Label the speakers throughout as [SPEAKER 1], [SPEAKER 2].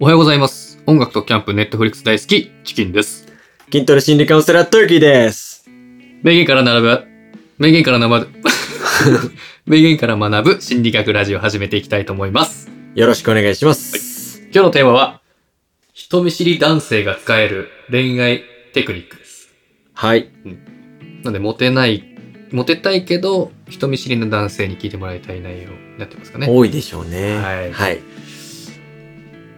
[SPEAKER 1] おはようございます。音楽とキャンプ、ネットフリックス大好き、チキンです。
[SPEAKER 2] 筋トレ心理カウンセラー、トゥーキーです。
[SPEAKER 1] 名言から並ぶ、名言から学ぶ、 名言から学ぶ心理学ラジオ始めていきたいと思います。
[SPEAKER 2] よろしくお願いします。
[SPEAKER 1] 今日のテーマは、人見知り男性が使える恋愛テクニックです。
[SPEAKER 2] はい。
[SPEAKER 1] なんで、モテない、モテたいけど、人見知りの男性に聞いてもらいたい内容になってますかね。
[SPEAKER 2] 多いでしょうね。
[SPEAKER 1] はい
[SPEAKER 2] はい。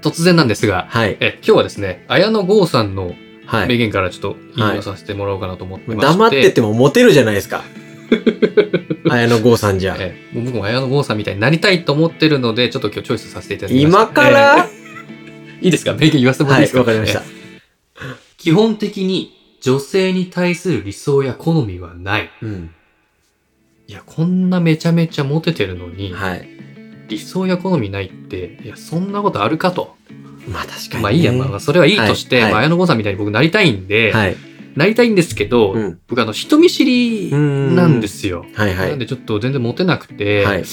[SPEAKER 1] 突然なんですが、
[SPEAKER 2] はい。
[SPEAKER 1] え、今日はですね、綾野剛さんの
[SPEAKER 2] は
[SPEAKER 1] 名
[SPEAKER 2] い。
[SPEAKER 1] 言からちょっと引用させてもらおうかなと思ってまして、
[SPEAKER 2] 黙っててもモテるじゃないですか。 綾野剛さんじゃ。
[SPEAKER 1] ええ、もう僕も綾野剛さんみたいになりたいと思ってるので、ちょっと今日チョイスさせていただきました。
[SPEAKER 2] 今か
[SPEAKER 1] え
[SPEAKER 2] ら、
[SPEAKER 1] えいいですか名言言わせてもらっ
[SPEAKER 2] は
[SPEAKER 1] ていいで
[SPEAKER 2] い、
[SPEAKER 1] すか
[SPEAKER 2] わかりました
[SPEAKER 1] え。え基本的に女性に対する理想や好みはない。
[SPEAKER 2] うん。
[SPEAKER 1] いや、こんなめちゃめちゃモテてるのに、
[SPEAKER 2] はい。
[SPEAKER 1] 理想や好みないって、いや、そんなことあるかと。
[SPEAKER 2] まあ確かにね。
[SPEAKER 1] まあいいや、まあまあそれはいいとして、
[SPEAKER 2] はい
[SPEAKER 1] まあ綾野剛さんみたいに僕なりたいんで、
[SPEAKER 2] はい。
[SPEAKER 1] なりたいんですけど、
[SPEAKER 2] うん。
[SPEAKER 1] 僕あの人見知りなんですよ。
[SPEAKER 2] はいは
[SPEAKER 1] なん
[SPEAKER 2] い。
[SPEAKER 1] でちょっと全然モテなくて、
[SPEAKER 2] はい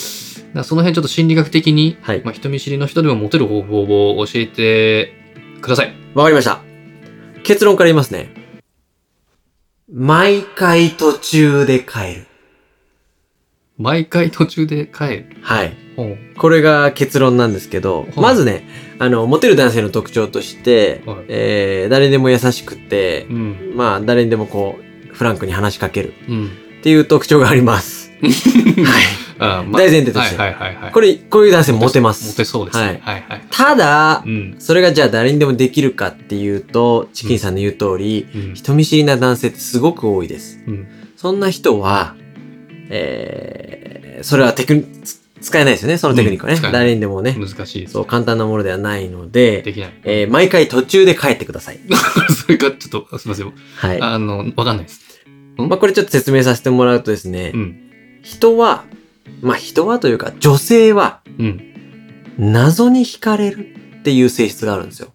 [SPEAKER 1] なその辺ちょっと心理学的に、
[SPEAKER 2] はい
[SPEAKER 1] まあ、人見知りの人でもモテる方法を教えてください。
[SPEAKER 2] わかりました。結論から言いますね。毎回途中で帰る。
[SPEAKER 1] 毎回途中で帰る。
[SPEAKER 2] はい。
[SPEAKER 1] ほう
[SPEAKER 2] これが結論なんですけど、
[SPEAKER 1] い
[SPEAKER 2] まずね、あの、モテる男性の特徴として、
[SPEAKER 1] はい
[SPEAKER 2] えー誰にでも優しくて
[SPEAKER 1] う、ん。
[SPEAKER 2] まあ、誰にでもこう、フランクに話しかける
[SPEAKER 1] うん。
[SPEAKER 2] っていう特徴があ ります。はい。
[SPEAKER 1] あ
[SPEAKER 2] 大前提として
[SPEAKER 1] はいはいはいはい。
[SPEAKER 2] こ
[SPEAKER 1] れ、
[SPEAKER 2] れ、こういう男性モテます。
[SPEAKER 1] モテそうですね。はいはい。
[SPEAKER 2] ただ
[SPEAKER 1] う、ん。
[SPEAKER 2] それがじゃあ誰にでもできるかっていうと、チキンさんの言う通り、
[SPEAKER 1] うん。
[SPEAKER 2] 人見知りな男性ってすごく多いです。
[SPEAKER 1] うん。
[SPEAKER 2] そんな人は、えー、それはテクニつ使えないですよね、そのテクニックはね。
[SPEAKER 1] うん使えない
[SPEAKER 2] 誰にでもね、
[SPEAKER 1] 難しいです。
[SPEAKER 2] そう簡単なものではないので、
[SPEAKER 1] できない。
[SPEAKER 2] えー毎回途中で帰ってください。
[SPEAKER 1] それがちょっと、すみません。
[SPEAKER 2] はい。
[SPEAKER 1] あの、わかんないです。
[SPEAKER 2] まあ、これちょっと説明させてもらうとですね、
[SPEAKER 1] うん。
[SPEAKER 2] 人は、まあ、人はというか、女性は、
[SPEAKER 1] うん。
[SPEAKER 2] 謎に惹かれるっていう性質があるんですよ。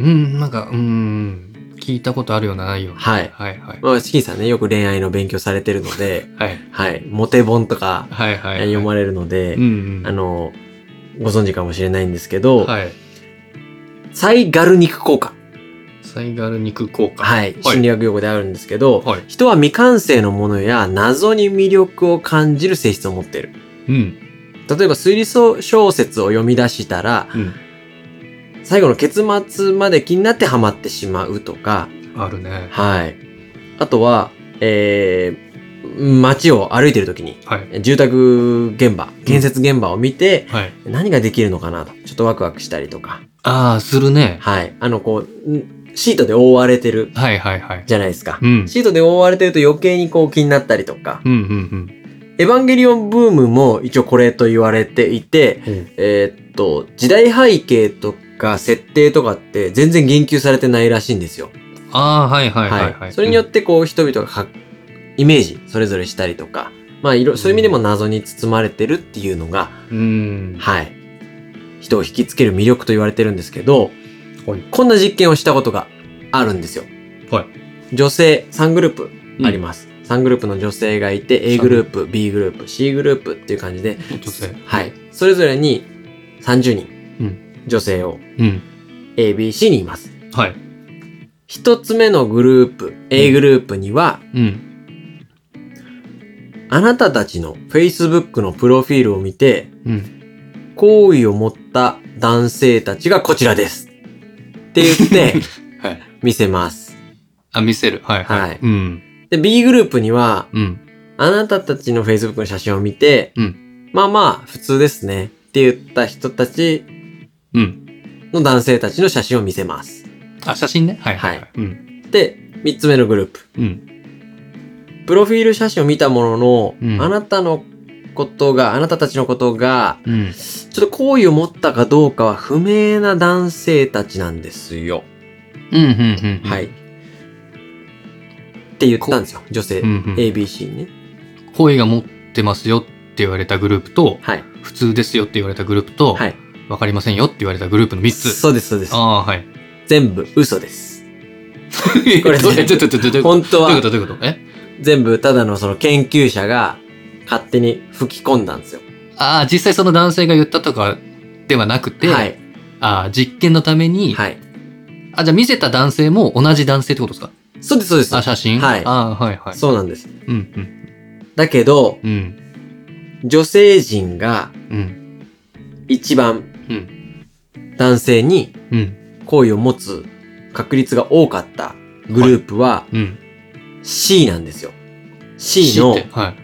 [SPEAKER 1] うん、なんか、うん。聞いたことあるような、ないような。
[SPEAKER 2] はい
[SPEAKER 1] はいはい。
[SPEAKER 2] まあ、チキンさんね、よく恋愛の勉強されてるので、
[SPEAKER 1] はい。
[SPEAKER 2] はい、モテ本とか、
[SPEAKER 1] はいはい。
[SPEAKER 2] 読まれるので、
[SPEAKER 1] うんうん。
[SPEAKER 2] あの、ご存知かもしれないんですけど、
[SPEAKER 1] はい。
[SPEAKER 2] サイガルニク効果。
[SPEAKER 1] サイガル肉効果。
[SPEAKER 2] はい。
[SPEAKER 1] はい
[SPEAKER 2] 心理学用語であるんですけど、
[SPEAKER 1] はい。
[SPEAKER 2] 人は未完成のものや謎に魅力を感じる性質を持っている。
[SPEAKER 1] うん。
[SPEAKER 2] 例えば推理小小説を読み出したら、
[SPEAKER 1] うん。
[SPEAKER 2] 最後の結末まで気になってハマってしまうとか、
[SPEAKER 1] あるね。
[SPEAKER 2] はい。あとは、えー、街を歩いてる時に、
[SPEAKER 1] はい。
[SPEAKER 2] 住宅現場、建設現場を見て、
[SPEAKER 1] はい。
[SPEAKER 2] 何ができるのかなと、ちょっとワクワクしたりとか、
[SPEAKER 1] ああ、するね。
[SPEAKER 2] はい。あの、こうん、シートで覆われてる
[SPEAKER 1] はいはいはい。
[SPEAKER 2] じゃないですか
[SPEAKER 1] う。ん。
[SPEAKER 2] シートで覆われてると余計にこう気になったりとか、
[SPEAKER 1] うんうん
[SPEAKER 2] エヴァンゲリオンブームも一応これと言われていて、
[SPEAKER 1] うん。
[SPEAKER 2] えーっと、時代背景とか設定とかって全然言及されてないらしいんですよ。
[SPEAKER 1] ああ、はいはいはいはい。、
[SPEAKER 2] それによっててこう人々がかイメージそれぞれしたりとか、まあいろ、そういう意味でも謎に包まれてるっていうのが、
[SPEAKER 1] うん。
[SPEAKER 2] はい。人を引きつける魅力と言われてるんですけど、
[SPEAKER 1] はい
[SPEAKER 2] こんな実験をしたことがあるんですよ。
[SPEAKER 1] はい
[SPEAKER 2] 女性3グループ
[SPEAKER 1] うん
[SPEAKER 2] あります。3グループの女性がいて、A グループ、B グループ、C グループっていう感じで、
[SPEAKER 1] 女性。
[SPEAKER 2] はい。それぞれに30人、
[SPEAKER 1] うん
[SPEAKER 2] 女性を
[SPEAKER 1] うん。
[SPEAKER 2] A、B、C にいます。
[SPEAKER 1] はい。
[SPEAKER 2] 一つ目のグループ、A グループには、
[SPEAKER 1] うん。
[SPEAKER 2] あなたたちの Facebook のプロフィールを見て、
[SPEAKER 1] うん。
[SPEAKER 2] 好意を持った男性たちがこちらです。って言って、
[SPEAKER 1] はい。
[SPEAKER 2] 見せます。
[SPEAKER 1] あ、見せる。はいはい。
[SPEAKER 2] はい
[SPEAKER 1] うん。
[SPEAKER 2] で、B グループには、
[SPEAKER 1] うん。
[SPEAKER 2] あなたたちの Facebook の写真を見て、
[SPEAKER 1] う
[SPEAKER 2] まあまあ、普通ですね。って言った人たち
[SPEAKER 1] うん。
[SPEAKER 2] の男性たちの写真を見せます。
[SPEAKER 1] あ、写真ね。はいはい。
[SPEAKER 2] はい
[SPEAKER 1] うん。
[SPEAKER 2] で、三つ目のグループ。
[SPEAKER 1] うん。
[SPEAKER 2] プロフィール写真を見たものの、
[SPEAKER 1] うん
[SPEAKER 2] あなたのことが、あなたたちのことが、
[SPEAKER 1] うん。
[SPEAKER 2] ちょっと好意を持ったかどうかは不明な男性たちなんですよ。
[SPEAKER 1] うん。うん。うん
[SPEAKER 2] はい。。って言ったんですよ。女性。
[SPEAKER 1] うん
[SPEAKER 2] ABC にね。
[SPEAKER 1] うん。声が持ってますよって言われたグループと、
[SPEAKER 2] はい。
[SPEAKER 1] 普通ですよって言われたグループと、
[SPEAKER 2] はい。
[SPEAKER 1] わかりませんよって言われたグループの3つ。
[SPEAKER 2] そうです、そうです
[SPEAKER 1] あ。あ、はい。
[SPEAKER 2] 全部嘘です。
[SPEAKER 1] こ
[SPEAKER 2] れ
[SPEAKER 1] ちょっと、ちょっと、ちょっと、どう
[SPEAKER 2] 本当
[SPEAKER 1] いうこ
[SPEAKER 2] は
[SPEAKER 1] とどういうことえ
[SPEAKER 2] 全部ただのその研究者が勝手に吹き込んだんですよ。
[SPEAKER 1] ああ、実際その男性が言ったとかではなくて、
[SPEAKER 2] はい。
[SPEAKER 1] あー実験のために、
[SPEAKER 2] はい。
[SPEAKER 1] あ、じゃあ見せた男性も同じ男性ってことですか
[SPEAKER 2] そうです、そうです。
[SPEAKER 1] あ、写真
[SPEAKER 2] はい
[SPEAKER 1] あーはいはい。
[SPEAKER 2] そうなんです。
[SPEAKER 1] うん、
[SPEAKER 2] だけど、
[SPEAKER 1] うん、うん、
[SPEAKER 2] 女性陣が
[SPEAKER 1] うん、
[SPEAKER 2] 一番
[SPEAKER 1] うん、
[SPEAKER 2] 男性に
[SPEAKER 1] うん、
[SPEAKER 2] 好意を持つ確率が多かったグループは
[SPEAKER 1] うん。
[SPEAKER 2] C なんですよ。C の
[SPEAKER 1] 知ってはい。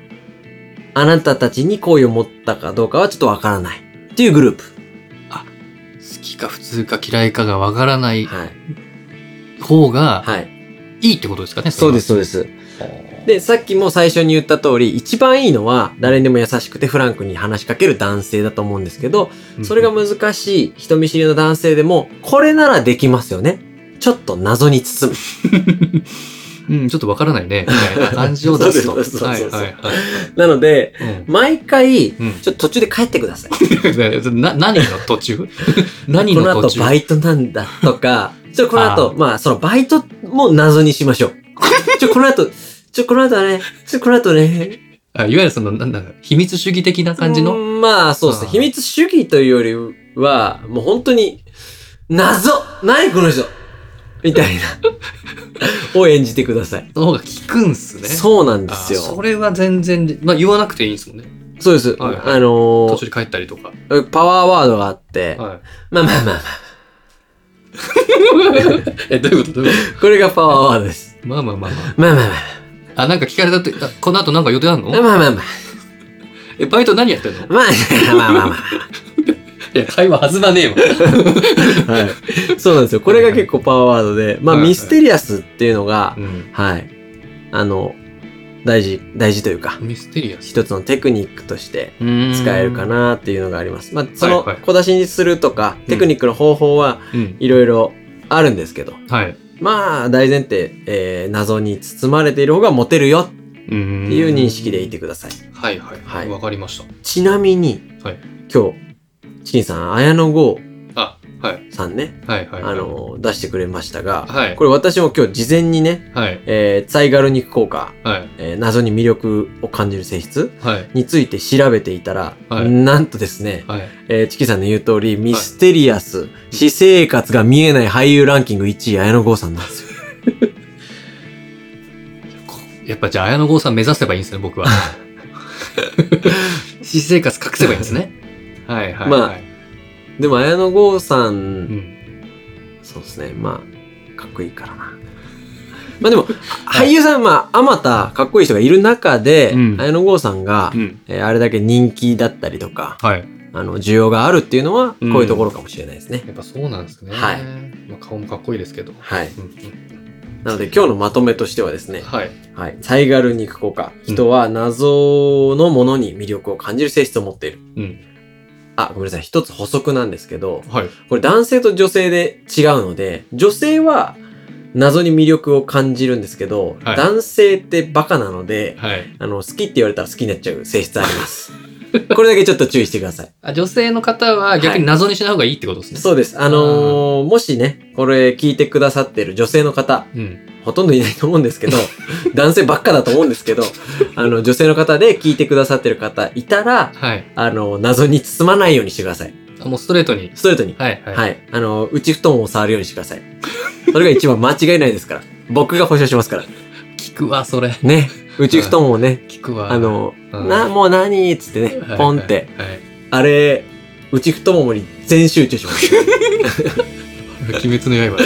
[SPEAKER 2] あなたたちに好意を持ったかどうかはちょっとわからないっていうグループ。
[SPEAKER 1] 好きか普通か嫌いかがわからない
[SPEAKER 2] はい。
[SPEAKER 1] 方が
[SPEAKER 2] はい。
[SPEAKER 1] いいってことですかね、。
[SPEAKER 2] そうですす、そうです。
[SPEAKER 1] で、
[SPEAKER 2] で、さっきも最初に言った通り、一番いいのは誰にでも優しくてフランクに話しかける男性だと思うんですけど、それが難しい人見知りの男性でも、これならできますよね。ちょっと謎に包む。
[SPEAKER 1] うん、ちょっとわからないね。みたいな感じを出すと。
[SPEAKER 2] そうですそう
[SPEAKER 1] は
[SPEAKER 2] で
[SPEAKER 1] い
[SPEAKER 2] す
[SPEAKER 1] はいはい。
[SPEAKER 2] なので、
[SPEAKER 1] うん
[SPEAKER 2] 毎回、
[SPEAKER 1] うん
[SPEAKER 2] ちょっと途中で帰ってください。
[SPEAKER 1] な何の途 中何
[SPEAKER 2] この
[SPEAKER 1] の途
[SPEAKER 2] 後
[SPEAKER 1] 中
[SPEAKER 2] バイトなんだと か、ちょ、この後、まあ、そのバイトも謎にしましょう。ちょ、この後、ちょ、この後ね、ちょ、この後ね。
[SPEAKER 1] あいわゆるその、なんだろう秘密主義的な感じ
[SPEAKER 2] う
[SPEAKER 1] の。
[SPEAKER 2] んまあ、そうですね。
[SPEAKER 1] あー
[SPEAKER 2] 秘密主義というよりは、もう本当に、謎何この人みたい な、を演じてください。
[SPEAKER 1] その方が効くんすね。う
[SPEAKER 2] そうなんですよ。
[SPEAKER 1] それは全然、まあ言わなくていいんですもんね。
[SPEAKER 2] そうです。
[SPEAKER 1] はいはい
[SPEAKER 2] あの
[SPEAKER 1] 途
[SPEAKER 2] ー
[SPEAKER 1] 中で帰ったりとか。
[SPEAKER 2] パワーワードがあっ て、
[SPEAKER 1] はい。
[SPEAKER 2] まあまあまあまあ、
[SPEAKER 1] え、どういうことどういうこ
[SPEAKER 2] これがパワーワードです。
[SPEAKER 1] とまあまあまあま
[SPEAKER 2] まあまあ
[SPEAKER 1] あ。あ、なんか聞かれたって、あこの後なんか予定あん
[SPEAKER 2] まあ、
[SPEAKER 1] の
[SPEAKER 2] まあまあまあ、
[SPEAKER 1] え、バイト何やってんの
[SPEAKER 2] ま あまあまあまあ。
[SPEAKER 1] いや、会話弾まねえわ。
[SPEAKER 2] はい。そうなんですよ。これが結構パワーワードで、まあ、
[SPEAKER 1] はいはい
[SPEAKER 2] ミステリアスっていうのが
[SPEAKER 1] う、ん。
[SPEAKER 2] はい。あの、大事、大事というか、
[SPEAKER 1] ミステリアス。
[SPEAKER 2] 一つのテクニックとして使
[SPEAKER 1] 使
[SPEAKER 2] えるか。なっていうのがあります。まあ、その
[SPEAKER 1] はいはい
[SPEAKER 2] 小出しにするとか、テクニックの方法は
[SPEAKER 1] うん。
[SPEAKER 2] いろいろあるんですけど、
[SPEAKER 1] はい。っ
[SPEAKER 2] まあ、大前提、えー、謎に包まれている方がモテるよ
[SPEAKER 1] て
[SPEAKER 2] っていう認識でいてください。
[SPEAKER 1] はいはい。
[SPEAKER 2] は
[SPEAKER 1] はいい。わかりまし
[SPEAKER 2] ちなみに、
[SPEAKER 1] はい
[SPEAKER 2] 今日、チキンさん、綾野剛
[SPEAKER 1] た。あ、はい。
[SPEAKER 2] さんね、
[SPEAKER 1] はいはい。
[SPEAKER 2] あ、の、出してくれましたが、
[SPEAKER 1] はい
[SPEAKER 2] これ私も今日事前にね、
[SPEAKER 1] はい。
[SPEAKER 2] えー、ツァイガルニク効果、
[SPEAKER 1] はい。
[SPEAKER 2] えー謎に魅力を感じる性質
[SPEAKER 1] はい。
[SPEAKER 2] について調べていたら、
[SPEAKER 1] はい
[SPEAKER 2] なんとですね、
[SPEAKER 1] はい。
[SPEAKER 2] えーチキさんの言う通り、ミステリアス、私生活が見えない俳優ランキング1位、綾野剛さんなんですよ。
[SPEAKER 1] こやっぱじゃあ、綾野剛さん目指せばいいんですね、僕 は。私生活隠せばいいんですね。はいはい、はい。
[SPEAKER 2] まあ でも綾野剛さん、
[SPEAKER 1] うん。
[SPEAKER 2] そうですね、まあ、かっこいいからな。まあでも、俳優さん、まあ、あまたかっこいい人がいる中で、
[SPEAKER 1] うん
[SPEAKER 2] 綾野剛さんが、
[SPEAKER 1] うん。
[SPEAKER 2] えーあれだけ人気だったりとか、
[SPEAKER 1] はい。
[SPEAKER 2] あの、需要があるっていうのは、こう
[SPEAKER 1] うん
[SPEAKER 2] いうところかもしれないですね。
[SPEAKER 1] やっぱそうなんですね。
[SPEAKER 2] はい
[SPEAKER 1] まあ、顔もかっこいいですけど。
[SPEAKER 2] はい。
[SPEAKER 1] うんうん
[SPEAKER 2] なので今日のまとめとしてはですね、
[SPEAKER 1] はい。
[SPEAKER 2] はい。サイガル肉効果。人は謎のものに魅力を感じる性質を持っている。
[SPEAKER 1] うん。
[SPEAKER 2] あ、ごめんなさい。一つ補足なんですけど、
[SPEAKER 1] はい。
[SPEAKER 2] これ男性と女性で違うので、女性は謎に魅力を感じるんですけど、
[SPEAKER 1] はい
[SPEAKER 2] 男性ってバカなので、
[SPEAKER 1] はい。
[SPEAKER 2] あの、好きって言われたら好きになっちゃう性質あります。 これだけちょっと注意してください。
[SPEAKER 1] あ女性の方は逆に謎にしない方がいいってことですね。
[SPEAKER 2] そうです。あのーもしね、これ聞いてくださってる女性の方、
[SPEAKER 1] うん。
[SPEAKER 2] ほとんどいないと思うんですけ ど、男性ばっかだと思うんですけど、あの、女性の方で聞いてくださってる方いたら、
[SPEAKER 1] はい。
[SPEAKER 2] あの、謎に包まないようにしてください。
[SPEAKER 1] あもうストレートに。
[SPEAKER 2] ストレートに。
[SPEAKER 1] はい。は。
[SPEAKER 2] はいい。あの、内布団を触るようにしてください。それが一番間違いないですから。僕が保証しますから。
[SPEAKER 1] 聞くわ、それ。
[SPEAKER 2] ね。内布団をね、
[SPEAKER 1] 聞くわ。
[SPEAKER 2] あの、
[SPEAKER 1] うん
[SPEAKER 2] な、もう何っつってね
[SPEAKER 1] はい、、
[SPEAKER 2] ポンって。あれ、内太ももに全集中します。
[SPEAKER 1] はい。はい。鬼滅の刃。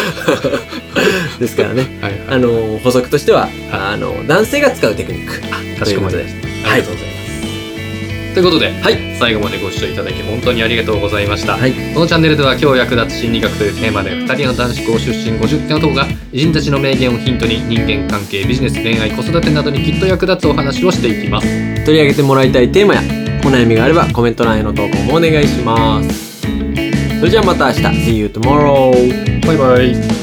[SPEAKER 2] ですからね。
[SPEAKER 1] はいはい。
[SPEAKER 2] あの、補足としては、あの、男性が使うテクニック。
[SPEAKER 1] かしこまりました。ありがとうございます。ということで、
[SPEAKER 2] はい
[SPEAKER 1] 最後までご視聴いただき本当にありがとうございました。
[SPEAKER 2] はい
[SPEAKER 1] このチャンネルでは今日役立つ心理学というテーマで2人の男子校出身50点男が偉人たちの名言をヒントに人間関係、ビジネス、恋愛、子育てなどにきっと役立つお話をしていきます。
[SPEAKER 2] 取り上げてもらいたいテーマやお悩みがあればコメント欄への投稿もお願いしますそれじゃあまた明日 See you tomorrow!
[SPEAKER 1] バイバイ。